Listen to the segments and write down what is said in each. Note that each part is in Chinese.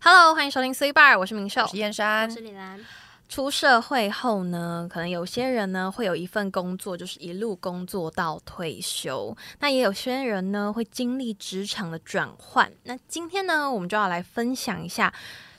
Hello，欢迎收听 C Bar，我是明秀我。是燕山我，是李兰，出社会后呢，可能有些人呢会有一份工作，就是一路工作到退休。那也有些人呢会经历职场的转换。那今天呢，我们就要来分享一下。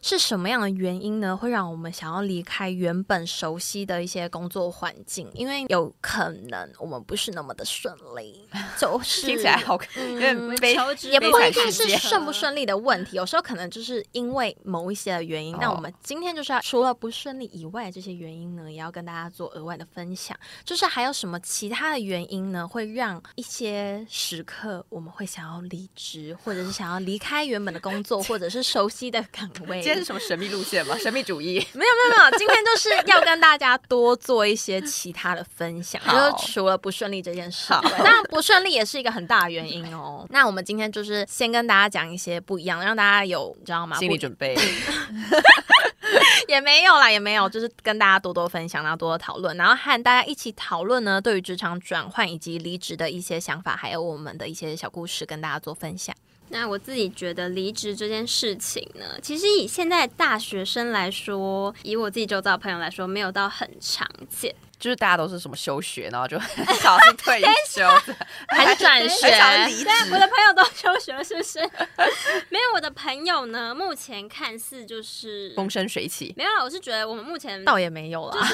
是什么样的原因呢？会让我们想要离开原本熟悉的一些工作环境？因为有可能我们不是那么的顺 利，就是听起来好，有点嗯悲求职也不一悲定惨是嗯世界顺不顺利的问题，有时候可能就是因为某一些的原因。那我哦们今天就是要除了不顺利以外，这些原因呢，也要跟大家做额外的分享。就是还有什么其他的原因呢，会让一些时刻我们会想要离职，或者是想要离开原本的工作，或者是熟悉的岗位。今天是什么神秘路线吗？神秘主义，没有没有没有，今天就是要跟大家多做一些其他的分享，就好是除了不顺利这件事，好当然不顺利也是一个很大的原因哦。那我们今天就是先跟大家讲一些不一样的，让大家有你知啊道吗？心理准 备。不也没有啦，也没有，就是跟大家多多分享，然后多多讨论，然后和大家一起讨论呢，对于职场转换以及离职的一些想法，还有我们的一些小故事，跟大家做分 享。那我自己觉得离职这件事情呢，其实以现在大学生来说，以我自己周遭的朋友来说，没有到很常见，就是大家都是什么休学，然后就 很少是退 休的，很转很学，少离职。嗯我的朋友都休学了，是不是？ 没有我的朋友呢，目前看似就是风生水起，没有啦。我是觉得我们目前倒也没有啦。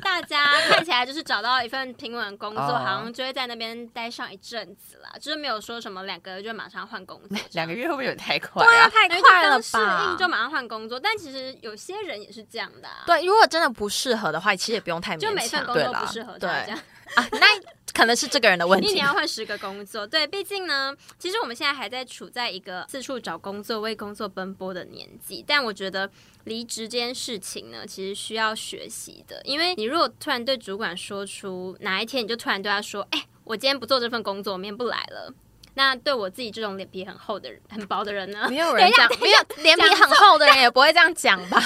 大家看起来就是找到一份平稳的工作，哦好像就会在那边待上一阵子啦，就是没有说什么两个月就马上换工作这样，两个月会不会有点太快对啊，啊？太因为就快了刚适吧应！就马上换工作，但其实有些人也是这样的、啊，，对，如果真的不适合的话，其实也不用太就勉每份强。工对作啦不适合他这样，啊，那可能是这个人的问一题年。要换十个工作， 对，毕竟呢，其实我们现在还在处在一个四处找工作、为工作奔波的年纪，但我觉得离职这件事情呢，其实需要学习的，因为你如果突然对主管说出哪一天你就突然对他说，哎、我今天不做这份工作，我明天不来了，那对我自己这种脸皮很厚的人、很薄的人呢， 没有人这样，没有脸皮很厚的人也不会这样讲吧？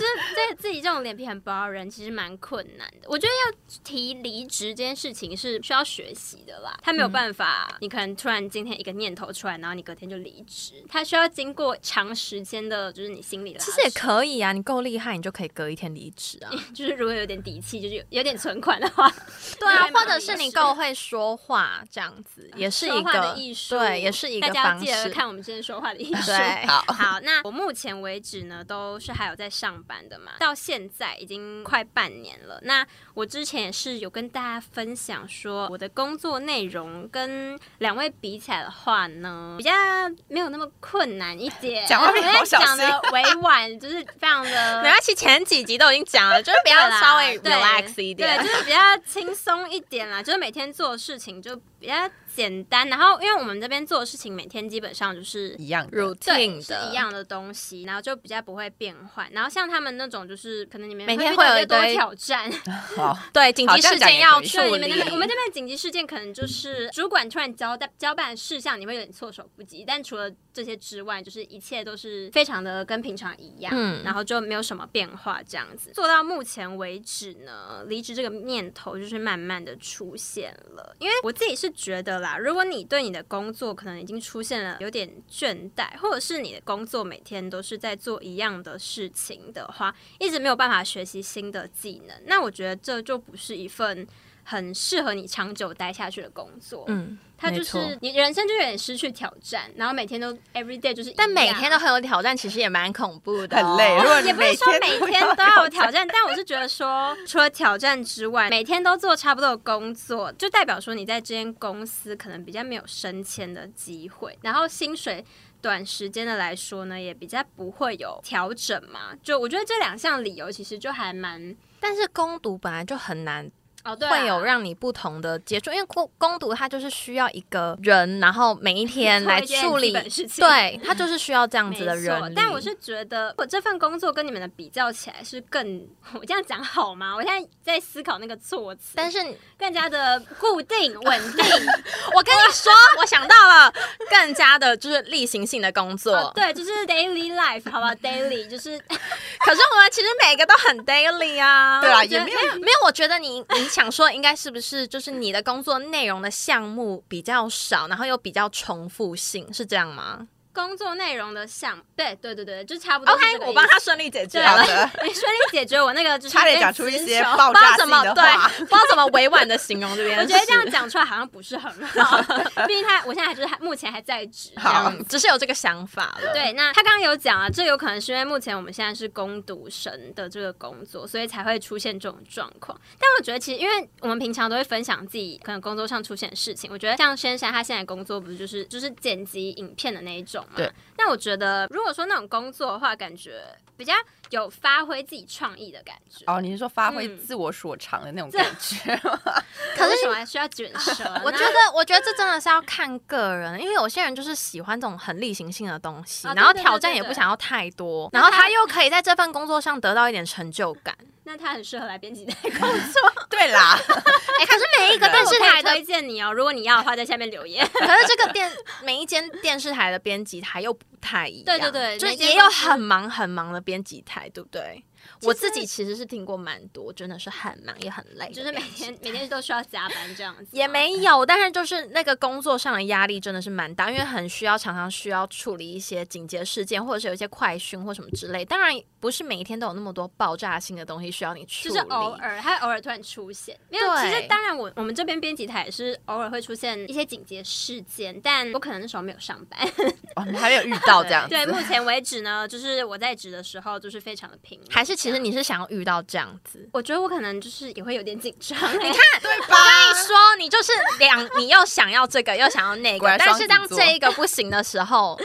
就是对自己这种脸皮很薄的人，其实蛮困难的。我觉得要提离职这件事情是需要学习的啦，他没有嗯办法，你可能突然今天一个念头出来，然后你隔天就离职，他需要经过长时间的，就是你心里拉 其实也扯可以啊，你够厉害，你就可以隔一天离职 啊。就是如果有点底气，就是有有点存款的话，对啊，对或者是你够会说话，这样子也是一说话个的艺术，对，也是一个大家要方记得式。看我们今天说话的艺术。对好，好，那我目前为止呢，都是还有在上班的嘛，到现在已经快半年了。那我之前也是有跟大家分享说，我的工作内容跟两位比起来的话呢，比较没有那么困难一点。讲话变得好小讲心的委婉，就是非常 的没关系，前几集都已经讲了，就是不对要啦稍微对 relax 一点对，。就是比较轻松一点啦，就是每天做的事情就比较简单。然后，因为我们这边做的事情每天基本上就是一样的。 routine 对，是的一，样的东西，然后就比较不会变换。然后像他们那种，就是可能你们每天会遇到会有一比较多堆挑战， 哦好，对紧好急这样事讲件也要可以处对你们那理边，我们这边的嗯紧急事件可能就是主管突然交代交办的事项，你会有点措手不及。但除了这些之外，就是一切都是非常的跟平常一样，嗯然后就没有什么变化这样子。做到目前为止呢，离职这个念头就是慢慢的出现了。因为我自己是觉得啦，如果你对你的工作可能已经出现了有点倦怠，或者是你的工作每天都是在做一样的事情的话，一直没有办法学习新的技能，那我觉得这就不是一份很适合你长久待下去的工作。嗯，它就没错是你人生就有点失去挑战，然后每天都 every day 就是一样，但每天都很有挑战，其实也蛮恐怖的哦，很累如果你也不是说每每天都天要都要有挑战，但我是觉得说，除了挑战之外，每天都做差不多的工作，就代表说你在这间公司可能比较没有升迁的机会，然后薪水。短时间的来说呢，也比较不会有调整嘛。就我觉得这两项理由其实就还蛮但是攻读本来就很难哦，对啊、会有让你不同的接触，因为攻攻读它就是需要一个人，然后每一天来处理做一件基，本事情对，它就是需要这样子的没错人。但我是觉得，我这份工作跟你们的比较起来是更，我这样讲好吗？我现在在思考那个措辞，但是更加的固定、稳定。我跟你说，我想到了更加的就是例行性的工 作，哦，对，就是 daily life，好不好？daily 就是 可是我们其实每个都很 daily 啊。对啊，我觉也得没有没有，我觉得你你想说应该是不是就是你的工作内容的项目比较少，然后又比较重复性，是这样吗？工作内容的项，对对对对，就差不多是这 OK，个我意帮思他顺利解决对好了。 的，你顺利解决我那个，就是差点被讲出一词些穷啊爆不知炸道性怎么的对话，，不知道怎么委婉的形容这边。我觉得这样讲出来好像不是很好， 毕竟他我现在还就是还目前还在职。这样好嗯，只是有这个想法了。对，那他刚刚有讲啊，这有可能是因为目前我们现在是攻读生的这个工作，所以才会出现这种状况。但我觉得其实，因为我们平常都会分享自己可能工作上出现的事情，我觉得像轩山他现在工作不是就是就是剪辑影片的那一种嘛？对。但我觉得如果说那种工作的话，感觉比较有发挥自己创意的感觉。哦，你是说发挥嗯自我所长的那种感觉吗？ 可是为什么还需要卷舌呢？我觉得，我觉得这真的是要看个人，因为有些人就是喜欢这种很例行性的东西，啊对然后对对挑战对也对不想要太多，那然后他他又可以在这份工作上得到一点成就 感。那他很适合来编辑代 工。对啦，哎、可是每一个电但视是台他的推荐你哦，如果你要的话，在下面 留言。可是这个电每一间电视台的编辑台又不太一样，对对对就是每间也有公司很忙很忙的编辑台，对不对？我自己其实是听过蛮多，真的是很忙也很累的编辑，就是每天每天都需要加班这样子吗，也没有，但是就是那个工作上的压力真的是蛮大，因为很需要常常需要处理一些紧急的事件，或者是有一些快讯或什么之类。当然不是每一天都有那么多爆炸性的东西需要你处就理，是偶尔，它偶尔突然出现。没有，其对实当然我我们这边编辑台也是偶尔会出现一些紧急事件，但我可能那时候没有上班。 哦，你还没有遇到这样子，对，目前为止呢，就是我在职的时候就是非常的平稳。还是其实你是想要遇到这样子。我觉得我可能就是也会有点紧张。你看，对跟吧？你说，你就是两，你又想要这个，又想要那果个，然但双是子当座这一个不行的时候，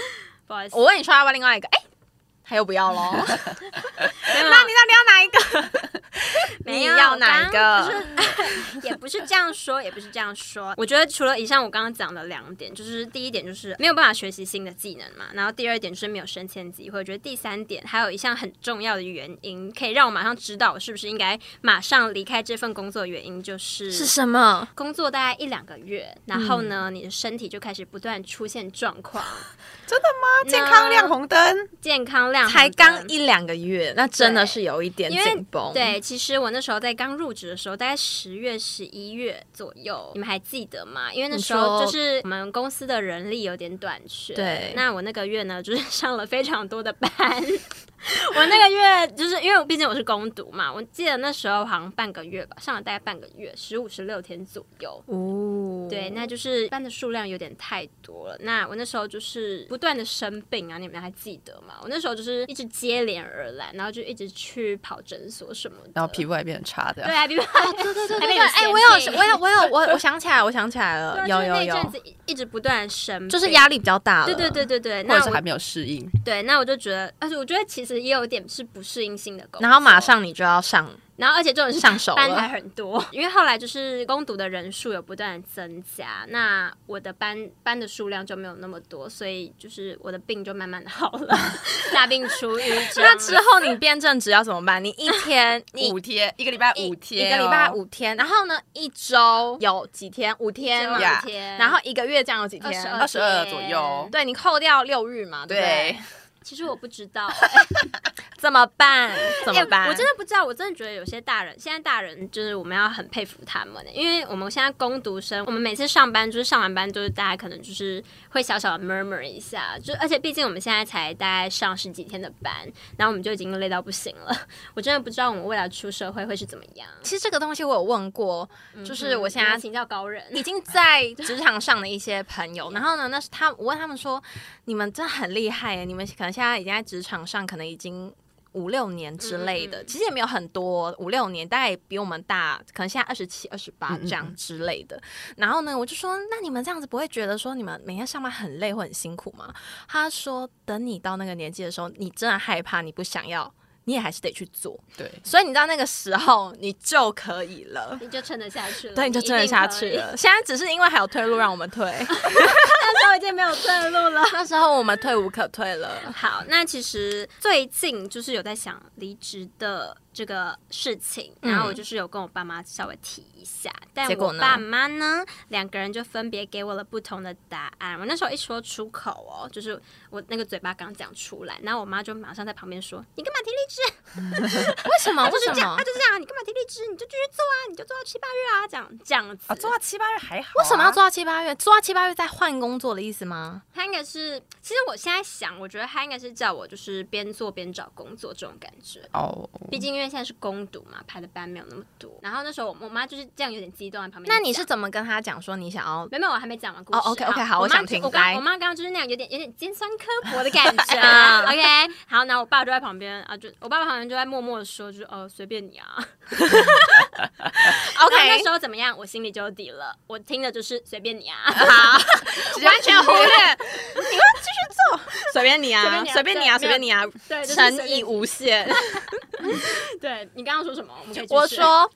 不好意思，我问你说要不要另外一个，哎、他又不要喽。没有啊那你到底要哪一个？没你有要哪一刚个？也不是这样说，也不是这样说。我觉得除了以上我刚刚讲的两点，就是第一点就是没有办法学习新的技能嘛，然后第二点就是没有升迁机会。我觉得第三点还有一项很重要的原因，可以让我马上知道我是不是应该马上离开这份工作的原因就是。是什么？工作大概一两个月，然后呢，你的身体就开始不断出现状况，真的吗？健康亮红灯，健康亮才红刚灯一两个月，那真的对是有一点因为紧绷。，对，其实我那时候在刚入职的时候，大概十月、十一月左右，你们还记得吗？因为那时候你说就是我们公司的人力有点短缺，对那我那个月呢，就是上了非常多的班。 我那个月就是因为我毕竟我是攻读嘛，我记得那时候好像半个月吧，上了大概半个月，十五十六天左右。哦，对，那就是班的数量有点太多了。那我那时候就是不断的生病啊，你们还记得吗？我那时候就是一直接连而来，然后就一直去跑诊所什么的，然后皮肤还变得差这对样。啊，比如对对 对对对，哎、我有，我 有，我有，我我想起来，我想起来了，有有那一阵有，子一一直不断地生病，就是压力比较大了。对对对。对对，或那者是还我没有适应，对，那我就觉得，而且我觉得其实也有点是不适应性的工作，然后马，上你就要上，然后而且这种是上手了班还很多， 因为后来就是攻读的人数有不断地增加，那我的班班的数量就没有那么多，所以就是我的病就慢慢的好了， 大病初愈这 样。那之后你变正职要怎么办？你一 天，你五天，一个礼拜一五天哦，一个礼拜五天，然后呢，一周有几天？五天嘛五，呀天，然后一个月这样有几天？ 22二十二左右。对你扣掉六日嘛，对不对对？，其实我不知 道，怎么办？ 怎哎，么办？我真的不知道，我真的觉得有些大人，现在大人就是我们要很佩服他们，因为我们现在攻读生，我们每次上班就是上完班就是大家可能就是会小小的 murmur 一下，就而且毕竟我们现在才大概上十几天的班，然后我们就已经累到不行了。我真的不知道我们未来出社会会是怎么样。其实这个东西我有问过，就是我现嗯在请教高人，已经在职场上的一些朋友，然后呢，那是他我问他们说，你们真的很厉害耶，你们可能现在已经在职场上，可能已经。五六年之类的，嗯嗯嗯其实也没有很多，五六年大概也比我们大，可能现在二十七、二十八嗯嗯这样之类的。然后呢，我就说，那你们这样子不会觉得说你们每天上班很累或很辛苦吗？他说，等你到那个年纪的时候，你真的害怕，你不想要，你也还是得去做。对，所以你到那个时候，你就可以了。你就撑得下去了，对，你就真一的定下可去以。 了。现在只是因为还有退路让我们退， 那时候已经没有退路了。那时候我们退无可退了。好，那其实最近就是有在想离职的这个事情，嗯然后我就是有跟我爸妈稍微提一下，但结果我呢爸妈呢两个人就分别给我了不同的答案。我那时候一说出口哦，就是我那个嘴巴刚讲出来，然后我妈就马上在旁边说：“你干嘛提离职是，为什么？ 他就为是什这样，么他？就是这样，你干嘛提离职？你就继续做啊，你就做到七八月啊，这样这样子。啊，做到七八月还好、为啊。什么要做？到七八月？做到七八月再换工作的意思吗？他应该是，其实我现在想，我觉得他应该是叫我就是边做边找工作这种感觉。哦，毕竟因为现在是攻读嘛，排的班没有那么多。然后那时候我我妈就是这样，有点激动在旁边讲。那你是怎么跟他讲说你想要？没有，没有我还没讲完故事。啊哦，OK，OK，好我我妈想听我刚来我妈刚刚就是那样，有点有点尖酸刻薄的感 觉啊。 OK，好，然后我爸就在旁边啊，就我爸爸旁边就在默默的说，就是呃随便你啊。 OK 然后那时候怎么样，我心里就有底了。我听的就是随便 你啊，好，完全 忽略，随便你随便你啊对你啊，对，就是随诚便意无限。对你刚刚说什么？我们可以继续我说，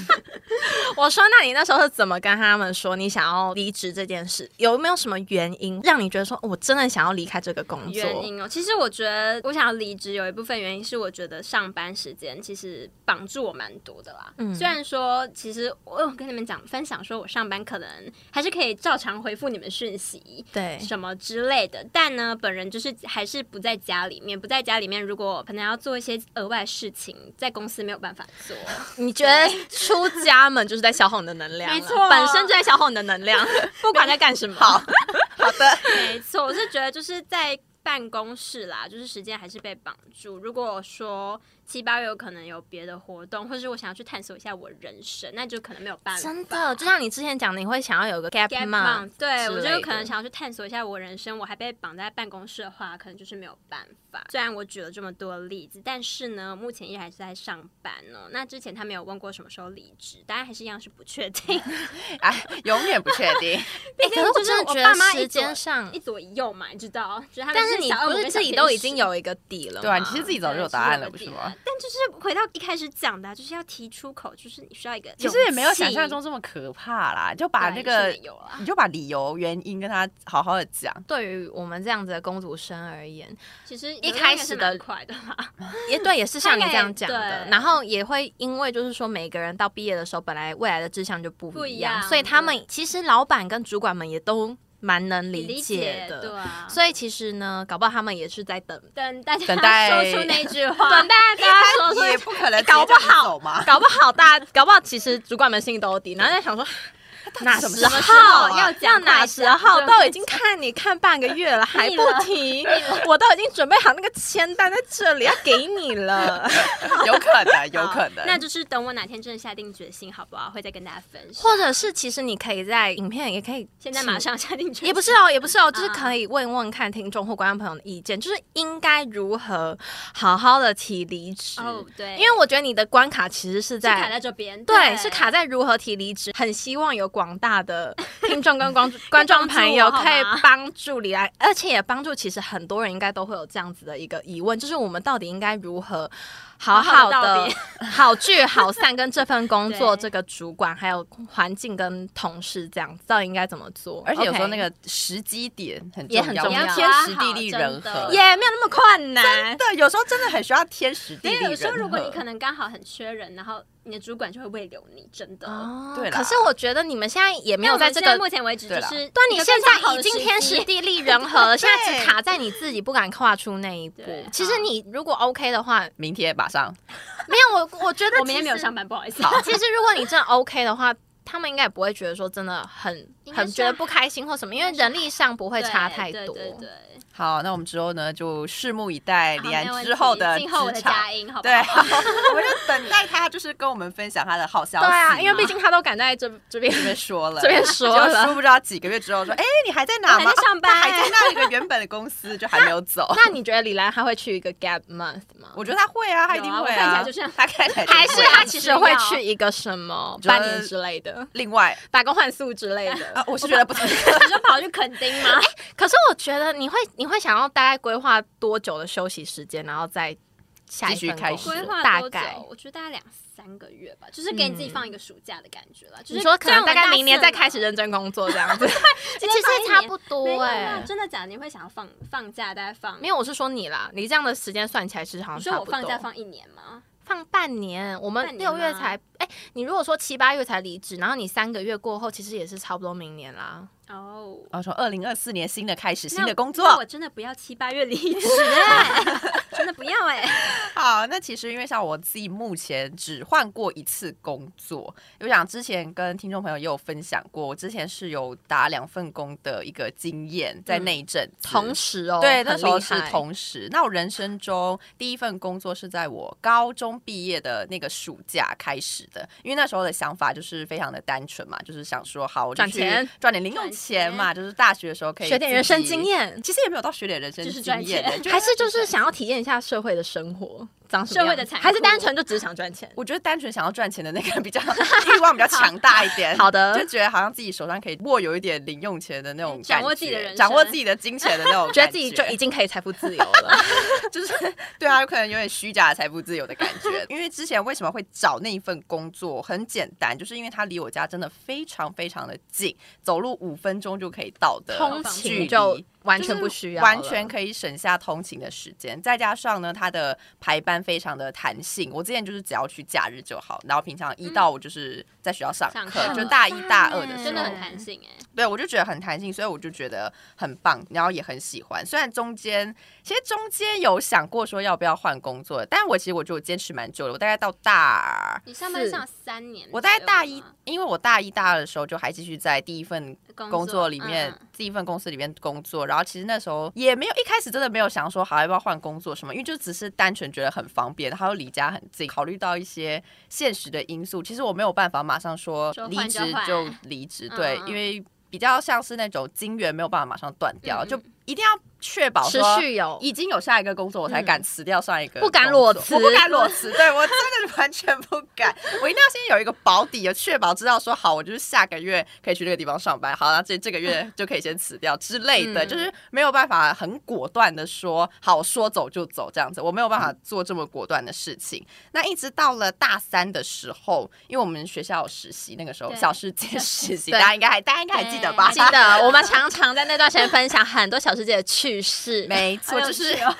我说，那你那时候是怎么跟他们说你想要离职这件事？有没有什么原因让你觉得说哦我真的想要离开这个工作？原因哦，其实我觉得我想要离职有一部分原因是我觉得上班时间其实绑住我蛮多的啦。嗯虽然说其实我有跟你们讲分享说我上班可能还是可以照常回复你们讯息。对，什么之类的，但呢，本人就是还是不在家里面，不在家里面，如果可能要做一些额外事情，在公司没有办法做。 你觉得出家门就是在消耗你的能量了，没错本身就在消耗你的能 量，不管在干什么。好，好的，没错，我是觉得就是在办公室啦，就是时间还是被绑住。如果说七八月有可能有别的活动，或是我想要去探索一下我人生，那就可能没有办法。真的，就像你之前讲的，你会想要有个 gap Gap month， month，对之我类就的可能想要去探索一下我人生，我还被绑在办公室的话，可能就是没有办法。虽然我举了这么多例子，但是呢，目前依然还是在上班哦。那之前他没有问过什么时候离职，当然还是一样是不确定。 哎，永远不确定。哎、可是我就是真的我觉爸得妈一时左间上一，左一右嘛，你知道？就是他们但是你小不恶魔是跟自小己天都已使经有一个底了吗？对啊，你其实自己早就有答案了，不是吗吗？？但就是回到一开始讲的啊、就是要提出口，就是你需要一个勇气，其实也没有想象中这么可怕啦，就把那对个是没有啊啦。你就把理由原因跟他好好的讲。对啊于我们这样子的公主生而言， 其实一开始的有时候也是蛮快的啦，也对，也是像你这样讲大概的。对然后也会因为就是说，每个人到毕业的时候，本来未来的志向就不不一一样，样所以他们其实老板跟主管们也都蛮能理解的。对啊。所以其实呢，搞不好他们也是在等，等大家等待说出那句话，等待大家说也不可能搞不好好嘛， 搞不好大，搞不好其实主管们心里都有底，然后在想说。哪什么时时候候啊 要讲讲哪快时讲候？就都已经看你看半个 月了，还不提，我都已经准备好那个签单在这里要给你了。有可能，有可能。那就是等我哪天真的下定决心，好不好？会再跟大家分 享。或者是其实你可以在影片也可以现在马上下定决心，也不是哦，也不是哦，就是啊可以问问看听众或观众朋友的意见，就是应该如何好好的提离职。哦，对，因为我觉得你的关卡其实是是卡在。在这边，对，是卡在如何提离职。很希望有广大的 听众跟观观众朋友要帮助我可以好吗帮助你来，而且也帮助其实很多人应该都会有这样子的一个疑问，就是我们到底应该如何好好好好地 道的 好聚好散，跟这份工作、 对这个主管还有环境跟同事这样，到底应该怎么做？而且有时候 OK 那个时机点很也很要，重要我们天时地利人和。也也没有那么困难。对，有时候真的很需要天时地因利为人和。有时候如果你可能刚好很缺人，然后你的主管就会喂留你，真的。哦对啦可是我觉得你们现在也没因为有我在们这现个在，目前为止就对啦是，对，你现在已经天时 时地利人和了，现在只对卡在你自己不敢跨出那一步对。其实好你如果 OK 的话，明天马上没有我，我觉得我明天没有上班。班，不好意思。好其实如果你真的 OK 的话。他们应该也不会觉得说真的很 应该很是觉得不开心或什么，因为人力上不会差太多。对对对对好，那我们之后呢就拭目以待好李没安问之后题的静候我的职场。佳音，好不对，好？好 我们就等待他，就是跟我们分享他的好消息对嘛。啊，因为 毕竟他都敢在这这 边这边说了，这边说了结果殊不知道几个月之后说，哎，你还在哪我吗？还在上班啊他 还在那一个原本的公司，就还没有走。那你觉得李兰她会去一个 gap month 吗？我觉得他会啊，他一定会有啊我看起来就像他看起来就会还啊是她其实会要去一个什么觉得半年之类的，另外打工换宿之类的 啊？，我是觉得不太 你就跑去垦丁哎吗？可是我觉得你会你会想要大概规划多久的休息时间，然后再下一继续份开工始作规划大多久概？。嗯我觉得大概两三个月吧，就是给你自己放一个暑假的感觉了。就是你说可能大概明年再开始认，认真工作这样子， 其直接放实一差年不啊没有多哎啊，。真的假的？你会想要放放假，大概放没有，我是说你啦，你这样的时间算起来其实好你像说差我不多。放假放一年吗？放半年，我们半年六吗月才哎，你如果说七八月才离职，然后你三个月过后，其实也是差不多明年啦。哦，然后从二零二四年新的开始，新的工那我 作真的不要七八月离职，哎真真的不要哎、好，那其实因为像我自己目前只换过一次工作，我想之前跟听众朋友也有分享过，我之前是有打两份工的一个经验，在那一阵子、嗯同时哦，对，很那时候厉是害同时。那我人生中第一份工作是在我高中毕业的那个暑假开始的，因为那时候的想法就是非常的单纯嘛，就是想说好，我就赚去钱赚点零用赚钱嘛，就是大学的时候可以学点人自生己经。验，其实也没有到学点人生就是经赚验钱欸，就还是就是想要体验一下社会的生活，长什么社会样的子残还是酷单纯就只想赚钱。我觉得单纯想要赚钱的那个比较 欲望比较强大一点。 好的就觉得好像自己手上可以握有一点零用钱的那种感觉，掌握自己的人生掌握自己的金钱的 那种感，觉得自己就已经可以财富自由了， 就是对啊，有可能有点虚假的财富自由的感觉。因为之前为什么会找那一份工作，很简单，就是因为它离我家真的非常非常的近，走路五分钟就可以到的 通啊距勤离就完全不需要了，完全可以省下通勤的时间。再加上呢，它的排班非常的弹性，我之前就是只要去假日就好，然后平常一到五就是在学校上嗯上课，课嗯就大一大二的时候，真的很弹性哎、对，我就觉得很弹性，所以我就觉得很棒，然后也很喜欢。虽然中间其实中间有想过说要不要换工作，但我其实我觉得我坚持蛮久的，我大概到大。你上班上三年左右吗，我大概大一，因为我大一、大二的时候就还继续在第一份工作里面，嗯第一份公司里面工作。然后其实那时候也没有一开始真的没有想说好要不要换工作什么，因为就只是单纯觉得很方便，然后又离家很近。考虑到一些现实的因素，其实我没有办法马上说说离换就职换就离职，嗯对，嗯因为比较像是那种金源没有办法马上断掉，嗯嗯就一定要确保持说续有已经有下一个工作，我才敢辞掉上一个哦嗯工作、不敢裸辞我不敢裸辞，对我真的完全不敢。我一定要先有一个保底，有确保知道说好，我就是下个月可以去这个地方上班，好，那这这个月就可以先辞掉之类的，嗯就是没有办法很果断的说好说走就走这样子，我没有办法嗯做这么果断的事情。那一直到了大三的时候，因为我们学校有实习，那个时候对小世界实 习，对大家应该还大家应该还记得吧？记得我们常常在那段时间分享很多小世界的趣事， 没好错，有就哎趣是哦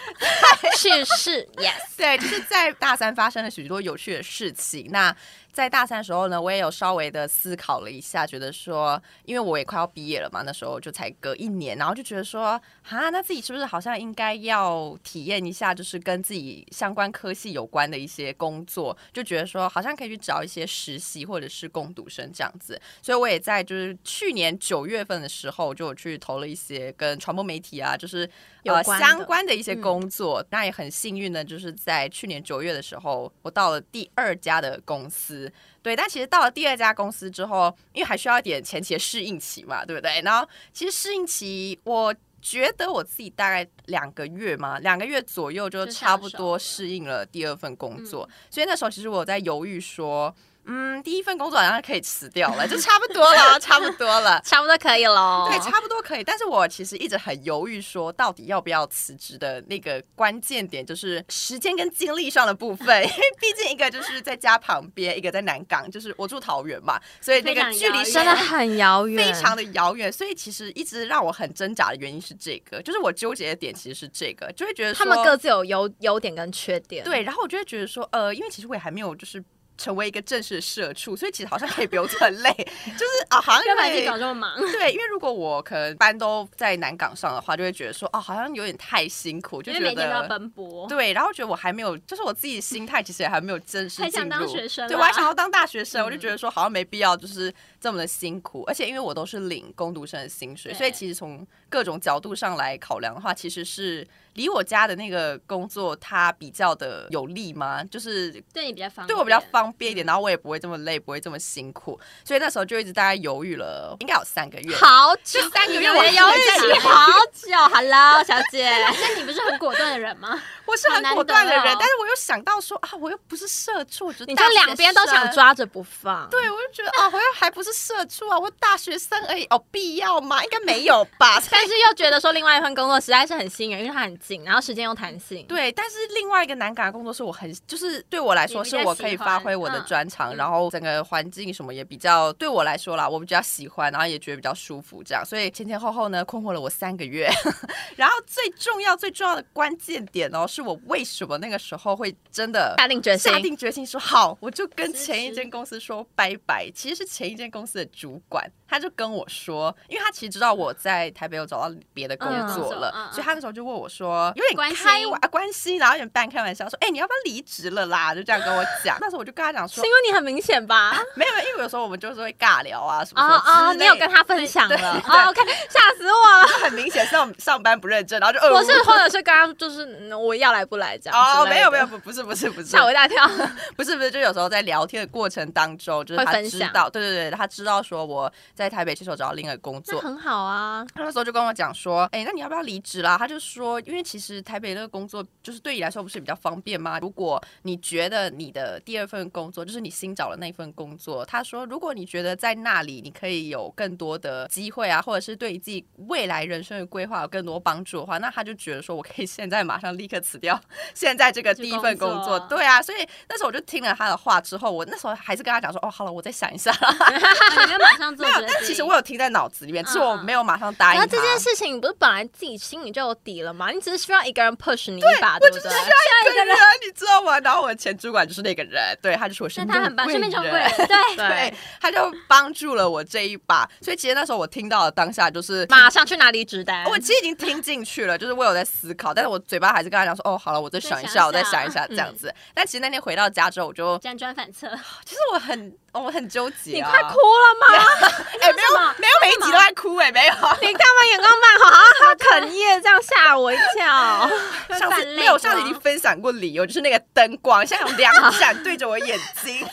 趣事 yes， 对，就是在大三发生了许多有趣的事情。那在大三的时候呢，我也有稍微的思考了一下，觉得说，因为我也快要毕业了嘛，那时候就才隔一年，然后就觉得说，哈，那自己是不是好像应该要体验一下，就是跟自己相关科系有关的一些工作，就觉得说好像可以去找一些实习或者是攻读生这样子。所以我也在就是去年九月份的时候，就有去投了一些跟传播媒体啊，就是有呃关的嗯相关的一些工作。那也很幸运呢，就是在去年九月的时候，我到了第二家的公司。对，但其实到了第二家公司之后，因为还需要一点前期的适应期嘛，对不对？然后其实适应期我。觉得我自己大概两个月嘛，两个月左右就就上差不手多了嗯适应了第二份工作，所以那时候其实我有在犹豫说，嗯，第一份工作好像可以辞掉了，就差不多了，差不多 了。差不多可以喽。哦对，差不多可以。但是我其实一直很犹豫，说到底要不要辞职的那个关键点就是时间跟精力上的部分， 因为毕竟一个就是在家旁边，一个在南港，就是我住桃园嘛，所以那个非常距离遥远真真的的很遥远，非常的遥远。所以其实一直让我很挣扎的原因是这个，就是我纠结的点其实是这个，就会觉得他们说各自有优优点跟缺点，，对，然后我就会觉得说，呃，因为其实我也还没有就是成为一个正式的社畜，所以其实好像可以不用这么累， 就是啊，好像要把因自己为搞这么忙，对，因为如果我可能班都在南港上的话，就会觉得说，哦，好像有点太辛苦，就因为觉每天都要得。奔波。对，然后觉得我还没有，就是我自己心态其实也还没有正式还进想入，当学生啊嗯对啦我还想要当大学生，我就觉得说好像没必要就是这么的辛苦，而且因为我都是领工读生的薪水，对所以其实从各种角度上来考量的话，其实是离我家的那个工作它比较的有利吗？就是对你比较方便，嗯对我比较方便一点，然后我也不会这么累，不会这么辛苦，所以那时候就一直大概犹豫了，应该有三个月。好久，三个你月有我点忧郁期好久，Hello，小姐， 那你不是很果断的人吗？哦我是好很难果断的得人，哦但是我又想到说啊，我又不是社畜，我就你就大学两边都想生。抓着不放，对，我就觉得啊，我又还不是社畜啊，我大学生而已，哦，必要吗？应该没有 吧。 但是又觉得说另外一份工作实在是很吸引人，因为它很近，然后时间又弹性，，对，但是另外一个难搞的工作是我很，就是对我来说你比是较我可以喜欢发挥我的嗯专长，嗯然后整个环境什么也比较对我来说啦，我比较喜欢，然后也觉得比较舒服，这样，所以前前后后呢困惑了我三个月。 然后最重要最重要的关键点哦，是我为什么那个时候会真的下定决心下，定决心说好，我就跟辞前一职间公司说拜拜。其实是前一间公司的主管，他就跟我说，因为他其实知道我在台北有找到别的工嗯作了，嗯嗯所以他那时候就问我说：“说有关点心开玩啊关心，然后有点半开玩笑说，哎、你要不要离职了啦？就这样跟我讲。那时候我就跟他讲是说因，为你很明显吧？没有，没有因为有时候我们就是会尬聊啊什么哦什么哦，之你类有跟他分享对了？对对哦，OK，吓死我了。就很明显上上班不认真，然后就呃 我是或者是刚刚就是嗯我要来不来这样哦，之类没有的没有，不不是不是不是吓我一大跳。 不是不是，就有时候在聊天的过程当中，就是会他分知享道，对对对，他知道说我在台北亲手找到另一个工那作。很好啊，他那时候就跟我讲说，哎、那你要不要离职啦？他就说，因为其实台北那个工作，就是对你来说不是比较方便吗？如果你觉得你的第二份工作，就是你新找的那份工作，他说，如果你觉得在那里你可以有更多的机会啊，或者是对你自己未来人生的规划有更多帮助的话，那他就觉得说我可以现在马上立刻辞掉现在这个第一份工去工作。作对啊，所以那时候我就听了他的话之后，我那时候还是跟他讲说，哦，好了，我再想一下。你就马上做没有决，定。但其实我有听在脑子里面，只是我嗯嗯没有马上答应然他。后这件事情你不是本来自己心里就有底了吗？你只是需要一个人 push 你一把，对不对？一个人，你知道吗？然后我的前主管就是那个人，对，他就是我身但边的他很棒，贵身边就贵人。人，对，对，他就帮助了我这一把，所以其实那时候我听到的当下就是，哦马上去拿离职单。我其实已经听进去了，就是我有在思考，但是我嘴巴还是跟他讲说，哦，好了，我再想一下，我再再想想一下一下这样子。但其实那天回到家之后，我就辗转反侧，其实我很我很纠结、你啊，快哭了吗？哎、没有没有每一集都在哭哎、没有，你干嘛眼光慢好，好 像他哽咽这样吓我一 跳。上泛次泪没有，上次已光经分享过理由，就是那个灯光，现在有两盏对着我眼 睛。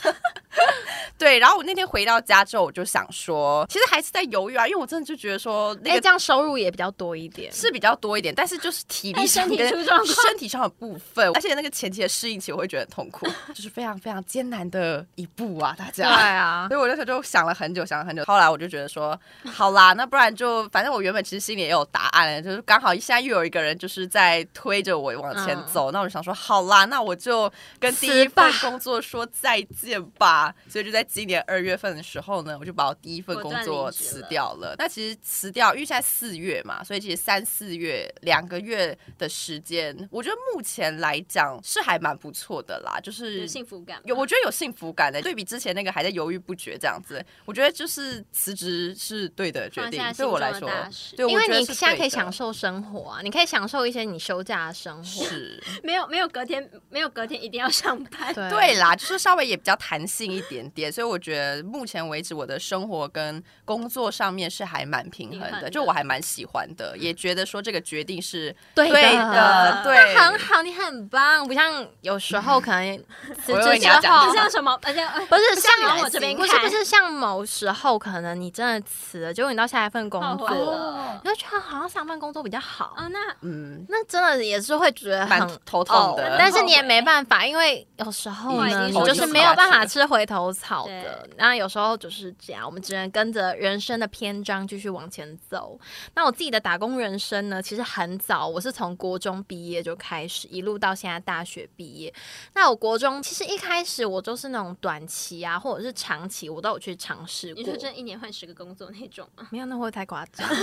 对，然后我那天回到家之后，我就想说，其实还是在犹豫啊，因为我真的就觉得说哎、那个这样收入也比较多一点。是比较多一点，但是就是体力哎上身体跟出状况身体上的部分，而且那个前期的适应期，我会觉得很痛苦， 就是非常非常艰难的一步啊，大对家。啊，所以我那时候就想了很久，想了很久。后来我就觉得说，好啦，那不然就反正我原本其实心里也有答案，就是刚好现在又有一个人就是在推着我往前走，那我就想说，好啦，那我就跟第一辞吧份工作说再见吧。所以就在今年二月份的时候呢，我就把我第一份工作果断离职辞了掉了。那其实辞掉，因为现在四月嘛，所以其实三四月两个月的时间，我觉得目前来讲是还蛮不错的啦，就是有幸福感吗。嗯有，我觉得有幸福感的、对比之前那个还在犹豫不决这样子，我觉得就是辞职是对的决放定下，对心我中来的说大，事，对，因为我觉得你是现在对可以的享受生活啊，你可以享受一些你休假的生活。 是，没有没有隔天，没有隔天一定要上班。 对对啦，就是稍微也比较弹性一点点，所以我觉得目前为止我的生活跟工作上面是还蛮平衡平的，衡的就我还蛮喜欢的，也觉得说这个决定是对对的的， 对，很好，你很棒，不像有时候可能辞 我以为职你之要讲后不，像什么，而且哎 不是不像像往我这边不看，是不是像某时候，可能你真的辞了，结果你到下一份工后悔作，了。你就觉得好像上份工作比较好，啊，那嗯，那真的也是会觉得蛮很。头痛哦的。但是你也没办法，因为有时候呢，已你经就是没有办法头吃回头草的。然后有时候就是这样，我们只能跟着人生的篇章继续往前走。那我自己的打工人生呢，其实很早，我是从国中毕业就开始，一路到现在大学毕业。那我国中其实一开始我就是那种短期啊，或者是长期，我都有去尝试过你说。真的一年换十个工作那种吗？没有，那会不会太夸张，会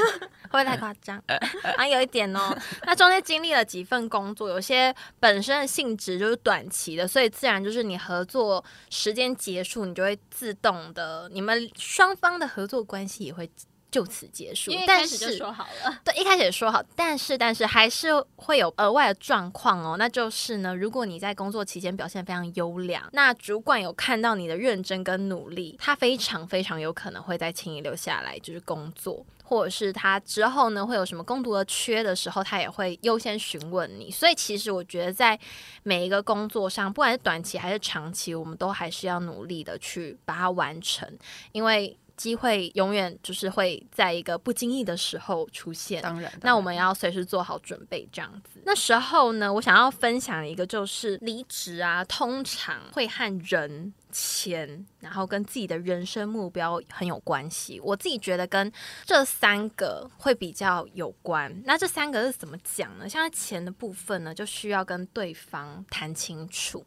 不会太夸张？啊，有一点哦。那中间经历了几份工作，有些本身的性质就是短期的，所以自然就是你合作时间结束，你就会自动的，你们双方的合作关系也会就此结束因为。一但，开始就是说好了，对，一开始也说好，但是但是还是会有额外的状况哦。那就是呢，如果你在工作期间表现非常优良，那主管有看到你的认真跟努力，他非常非常有可能会再请你留下来，就是工作。或者是他之后呢，会有什么工读的缺的时候，他也会优先询问你。所以其实我觉得，在每一个工作上，不管是短期还是长期，我们都还是要努力的去把它完成，因为机会永远就是会在一个不经意的时候出现。当然，那我们要随时做好准备，这样子。那时候呢，我想要分享一个，就是离职啊，通常会和人、钱，然后跟自己的人生目标很有关系。我自己觉得跟这三个会比较有关。那这三个是怎么讲呢？像是钱的部分呢，就需要跟对方谈清楚。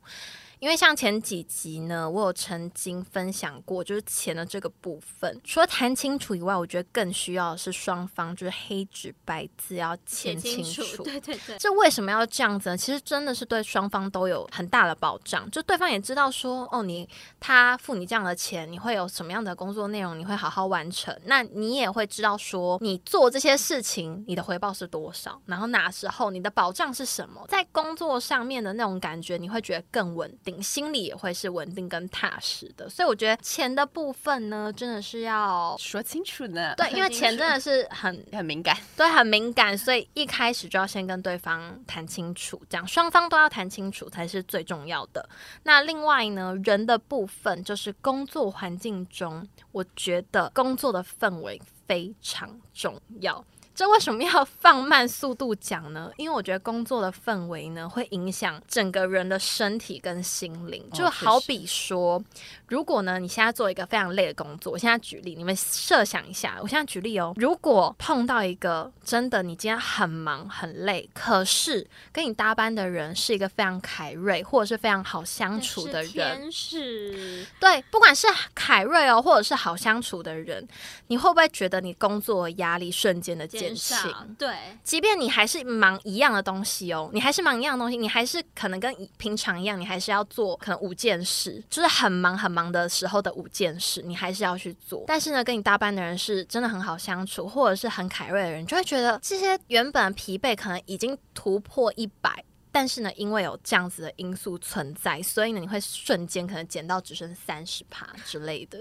因为像前几集呢，我有曾经分享过，就是钱的这个部分，除了谈清楚以外，我觉得更需要的是双方就是黑纸白字要写签清楚。对对对，这为什么要这样子呢？其实真的是对双方都有很大的保障，就对方也知道说，哦，你他付你这样的钱，你会有什么样的工作内容，你会好好完成。那你也会知道说，你做这些事情，你的回报是多少，然后哪时候你的保障是什么，在工作上面的那种感觉，你会觉得更稳定，心里也会是稳定跟踏实的。所以我觉得钱的部分呢，真的是要。说清楚呢，对，因为钱真的是很很敏感，对，很敏感，所以一开始就要先跟对方谈清楚，这样双方都要谈清楚才是最重要的。那另外呢，人的部分就是工作环境中，我觉得工作的氛围非常重要。这为什么要放慢速度讲呢？ 因为我觉得工作的氛围呢，会影响整个人的身体跟心灵。哦就好确比说，如果呢，你现在做一个非常累的工作，我现在举例，你们设想一下，我现在举例哦，如果碰到一个真的你今天很忙很累，可是跟你搭班的人是一个非常凯瑞或者是非常好相处的但是人，天使对，不管是凯瑞哦，或者是好相处的人，你会不会觉得你工作压力瞬间的减减轻？少，对，即便你还是忙一样的东西哦，你还是忙一样的东西，你还是可能跟以平常一样，你还是要做可能五件事，就是很忙很忙的时候的五件事，你还是要去做。但是呢，跟你搭班的人是真的很好相处，或者是很凯瑞的人，就会觉得这些原本疲惫可能已经突破一百。但是呢，因为有这样子的因素存在，所以呢，你会瞬间可能减到只剩三十趴之类的。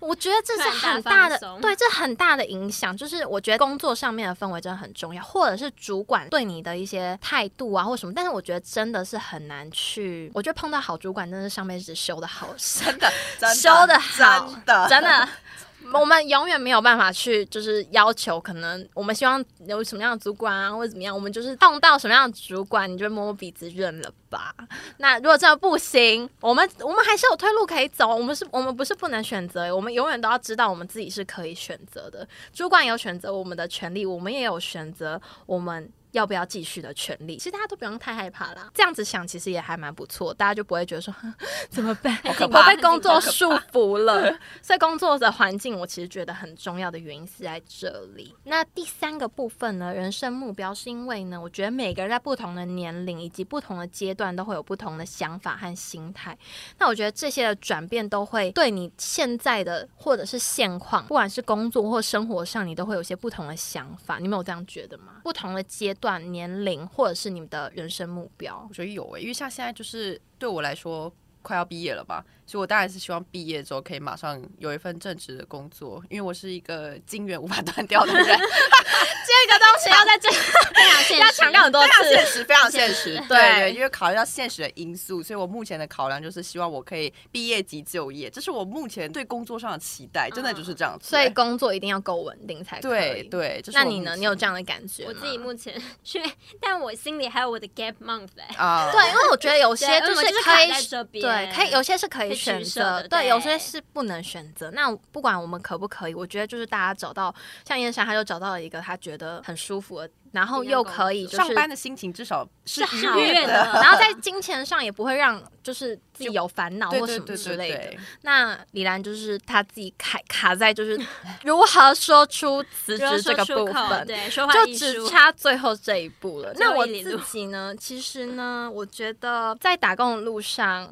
我觉得这是很大的突然大放，松对，对，这很大的影响，就是我觉得工作上面的氛围真的很重要，或者是主管对你的一些态度啊，或什么。但是我觉得真的是很难去，我觉得碰到好主管真的是上辈子修的好，真的，真的修的好，真的，真的。 我们永远没有办法去，就是要求，可能我们希望有什么样的主管啊，或者怎么样，我们就是碰到什么样的主管，你就摸摸鼻子认了吧。那如果真的不行，我们我们还是有退路可以走，我们是我们不是不能选择，我们永远都要知道我们自己是可以选择的。主管有选择我们的权利，我们也有选择我们。要不要继续的权利？其实大家都不用太害怕啦，这样子想其实也还蛮不错，大家就不会觉得说 哼怎么办，可我怕被工作束缚了。 所以工作的环境，我其实觉得很重要的原因是在这里。那第三个部分呢，人生目标是因为呢，我觉得每个人在不同的年龄以及不同的阶段都会有不同的想法和心态。那我觉得这些的转变都会对你现在的或者是现况，不管是工作或生活上，你都会有些不同的想法。你们有这样觉得吗？不同的阶段、年龄，或者是你们的人生目标 我，觉得有欸诶、因为像现在就是对我来说快要毕业了吧，所以我当然是希望毕业之后可以马上有一份正职的工作，因为我是一个金源无法断掉的 人，这个东西要在这里非 常现要实强调很多非常次。现实，非常现 实。对对对，因为考虑到现实的因素，所以我目前的考量就是希望我可以毕业即就业，这是我目前对工作上的期待，真的就是这样子、欸所以工作一定要够稳定才可以。对对，这是那我你目呢？前你有这样的感觉吗？我自己目前是，但我心里还有我的 gap month 哎、啊？对，因为我觉得有些对嗯就我是就是可卡以在选这边对，可以有些是可以选被取舍择的，对，对有些是不能选择。那不管我们可不可以，我觉得就是大家找到像燕山，他就找到了一个他觉得很舒服的，然后一样又工可以就是上班的心情至少是愉好悦悦的然后在金钱上也不会让就是自己有烦恼对或对什么对之对类的。对，那李兰就是她自己卡卡在就是如何说出辞 如果职这说个出部口分，对，说话就艺只术，差最后这一步了。最那后我一里自路己呢？其实呢，我觉得在打工的路上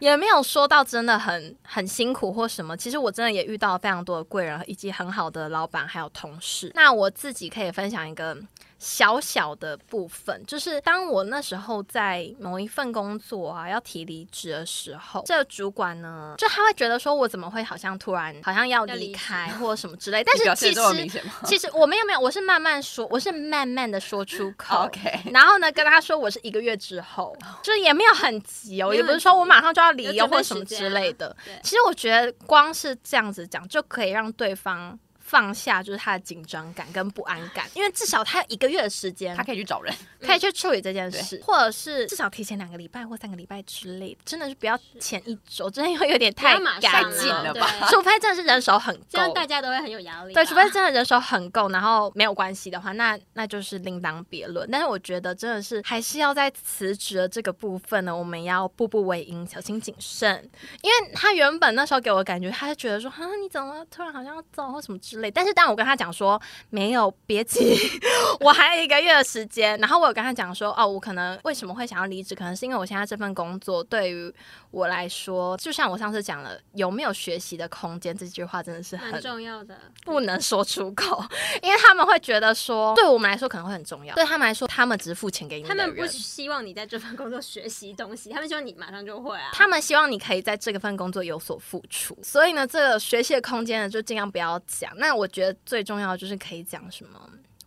也没有说到真的很很辛苦或什么。其实我真的也遇到非常多的贵人，以及很好的老板还有同事。那我自己可以分享一个小小的部分，就是当我那时候在某一份工作啊要提离职的时候，这个主管呢，就他会觉得说我怎么会好像突然好像要要离离职开或什么之类，但你表是现其得实这么明显吗其实我没有没有，我是慢慢说，我是慢慢的说出 口。 ？OK，然后呢，跟他说我是一个月之后，就是也哦没有很急哦，没有很急也不是说我马上就要离有哦准备或什么之类的时间啊对。其实我觉得光是这样子讲就可以让对方放下就是他的紧张感跟不安感，因为至少他有一个月的时间，他可以去找人。可以去处理这件事，或者是至少提前两个礼拜或三个礼拜之类，真的是不要前一周，真的会有点不太要马上赶啊紧了对吧？除非真的是人手很这样够，大家都会很有压力啊。对，除非真的人手很够，然后没有关系的话，那那就是另当别论。但是我觉得真的是还是要在辞职的这个部分呢，我们要步步为营，小心谨慎。因为他原本那时候给我的感觉，他就觉得说啊，你怎么突然好像要走或什么之类。但是当我跟他讲说没有，别急，我还有一个月的时间。然后我有跟他讲说哦，我可能为什么会想要离职，可能是因为我现在这份工作对于我来说，就像我上次讲了，有没有学习的空间这句话真的是很蛮重要的。不能说出口， 因为他们会觉得说，对我们来说可能会很重要，对他们来说，他们只是付钱给你他们的们人，不希望你在这份工作学习东西，他们希望你马上就会啊。他们希望你可以在这个份工作有所付出，所以呢，这个学习的空间呢，就尽量不要讲。那我觉得最重要的就是可以讲什么。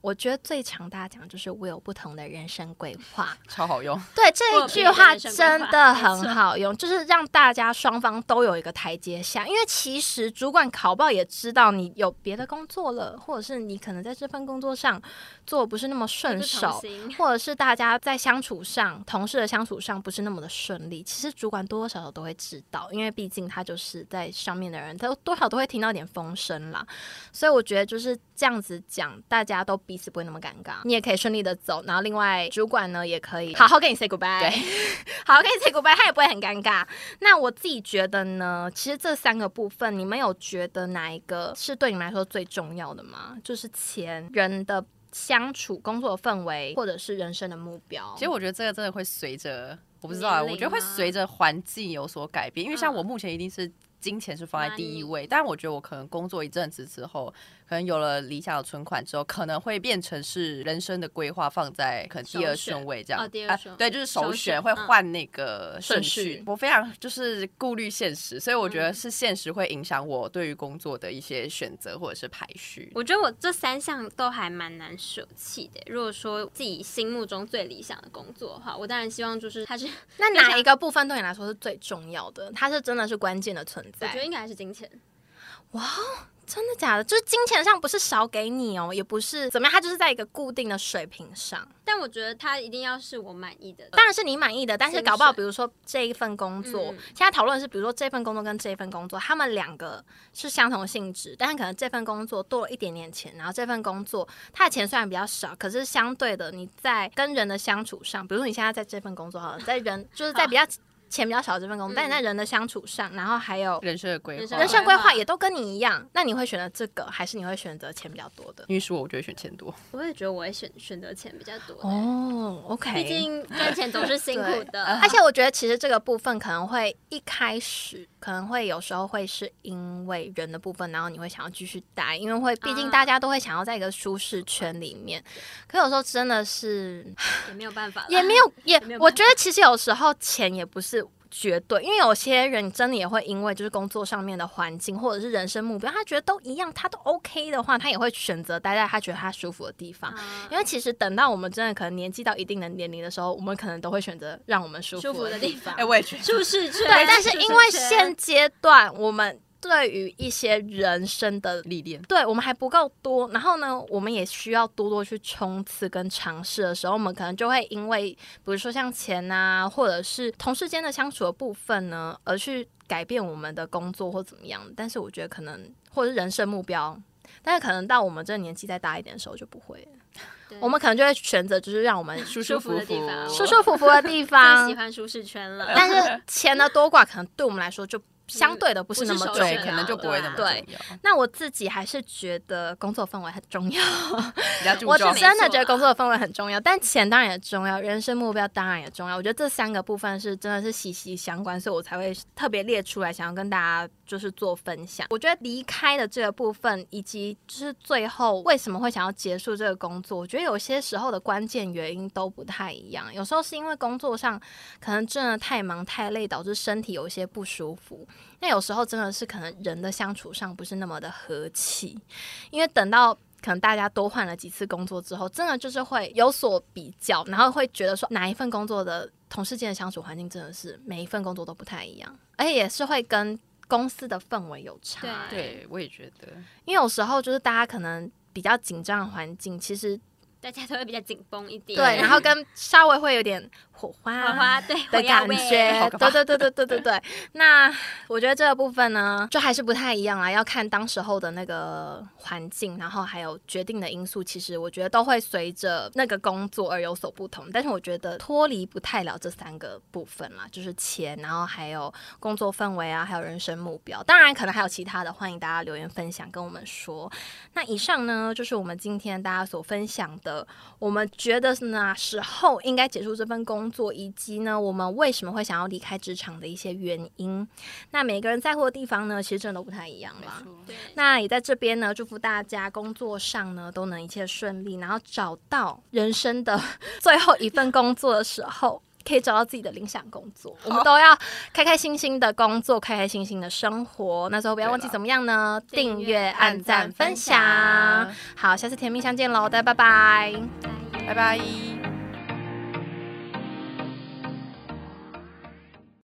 我觉得最常大家讲就是我有不同的人生规划，超好用， 对这我一有别句的话人生真规划的没很错好用，就是让大家双方都有一个台阶下。因为其实主管考报也知道你有别的工作了，或者是你可能在这份工作上做得不是那么顺不手同，心或者是大家在相处上、同事的相处上不是那么的顺利，其实主管多多少少都会知道，因为毕竟他就是在上面的人，他多少都会听到点风声啦。所以我觉得就是这样子讲，大家都彼此不会那么尴尬，你也可以顺利的走，然后另外主管呢也可以好好跟你 say goodbye，好好 跟你 say goodbye，他也不会很尴尬。那我自己觉得呢，其实这三个部分，你们有觉得哪一个是对你们来说最重要的吗？就是钱、人的相处、工作的氛围，或者是人生的目标。其实我觉得这个真的会随着，我不知道啊，年龄我觉得会随着环境有所改变。因为像我目前一定是金钱是放在第一位，但我觉得我可能工作一阵子之后，可能有了理想的存款之后，可能会变成是人生的规划放在可能第二顺位这样。啊首选哦第二顺位对，就是首首选选会嗯换那个顺顺序序。我非常就是顾虑现实，所以我觉得嗯是现实会影响我对于工作的一些选择或者是排序。我觉得我这三项都还蛮难舍弃的。如果说自己心目中最理想的工作的话，我当然希望就 是它是，那哪一个部分对你来说是最重要的？它是真的是关键的存我觉得在。应该还是金钱。真的假的？就是金钱上不是少给你哦，也不是怎么样，它就是在一个固定的水平上。但我觉得它一定要是我满意的。当然是你满意的，但是薪搞不好，水比如说这一份工作，嗯现在讨论的是，比如说这份工作跟这份工作，他们两个是相同性质，但是可能这份工作多了一点点钱，然后这份工作他的钱虽然比较少，可是相对的你在跟人的相处上，比如说你现在在这份工作好了，在人就是在比较钱比较少的这份工作，嗯但你在人的相处上，然后还有人生的规人划，生人生规规划划也都跟你一样，那你会选择这个，还是你会选择钱比较多的？因为是我，我就会选钱多。我也觉得我会选选择钱比较多，哦，OK，呃毕竟赚钱总是辛苦的 而。且我觉得，其实这个部分可能会一开始可能会有时候会是因为人的部分，然后你会想要继续待，因为会毕竟啊大家都会想要在一个舒适圈里面。可有时候真的是也没有办法啦，也没有也没有，我办觉得其实有时候钱也不是。绝对，因为有些人真的也会因为就是工作上面的环境或者是人生目标，他觉得都一样，他都 OK 的话，他也会选择待在他觉得他舒服的地方。啊因为其实等到我们真的可能年纪到一定的年龄的时候，我们可能都会选择让我们舒舒服的的地方哎、。我也觉得。舒适圈，对，但是舒适因为圈现阶段我们对于一些人生的历练，对我们还不够多，然后呢，我们也需要多多去冲刺跟尝试的时候，我们可能就会因为，比如说像钱啊，或者是同事间的相处的部分呢，而去改变我们的工作或怎么样。但是我觉得可能，或者是人生目标，但是可能到我们这个年纪再大一点的时候就不会了，对嗯我们可能就会选择就是让我们舒舒舒舒服服的地方舒舒服服的地方最喜，欢舒适圈了。但是 钱的多寡可能对我们来说就相对的啊不是那么不是首重对，选要。可能就不会那么重对要，那我自己还是觉得工作氛围很重要，比较注我重是真的没错啊觉得工作氛围很重要，但钱当然也重要，人生目标当然也重要。我觉得这三个部分是真的是息息相关，所以我才会特别列出来，想要跟大家就是做分享。我觉得离开的这个部分，以及就是最后为什么会想要结束这个工作，我觉得有些时候的关键原因都不太一样，有时候是因为工作上可能真的太忙太累，导致身体有一些不舒服。那有时候真的是可能人的相处上不是那么的和气，因为等到可能大家多换了几次工作之后，真的就是会有所比较，然后会觉得说哪一份工作的同事间的相处环境真的是每一份工作都不太一样，而且也是会跟公司的氛围有差、对对，我也觉得，因为有时候就是大家可能比较紧张的环境，其实大家都会比较紧绷一点。对，然后跟稍微会有点火花 啊花花对的感觉好，可怕对对对对对对 对。那我觉得这个部分呢，就还是不太一样啦，啊要看当时候的那个环境，然后还有决定的因素，其实我觉得都会随着那个工作而有所不同。但是我觉得脱离不太了这三个部分啦，就是钱，然后还有工作氛围啊，还有人生目标。当然，可能还有其他的，欢迎大家留言分享跟我们说。那以上呢，就是我们今天大家所分享的我们觉得是哪时候应该结束这份工作，以及呢，我们为什么会想要离开职场的一些原因。那每个人在乎的地方呢，其实真的都不太一样啦。啊对那也在这边呢，祝福大家工作上呢都能一切顺利，然后找到人生的最后一份工作的时候， 可以找到自己的理想工作。我们都要开开心心的工作，开开心心的生活。那最后不要忘记对啦怎么样呢？订订阅阅、按赞、分享。好，下次甜蜜相见喽，大家拜拜拜拜拜。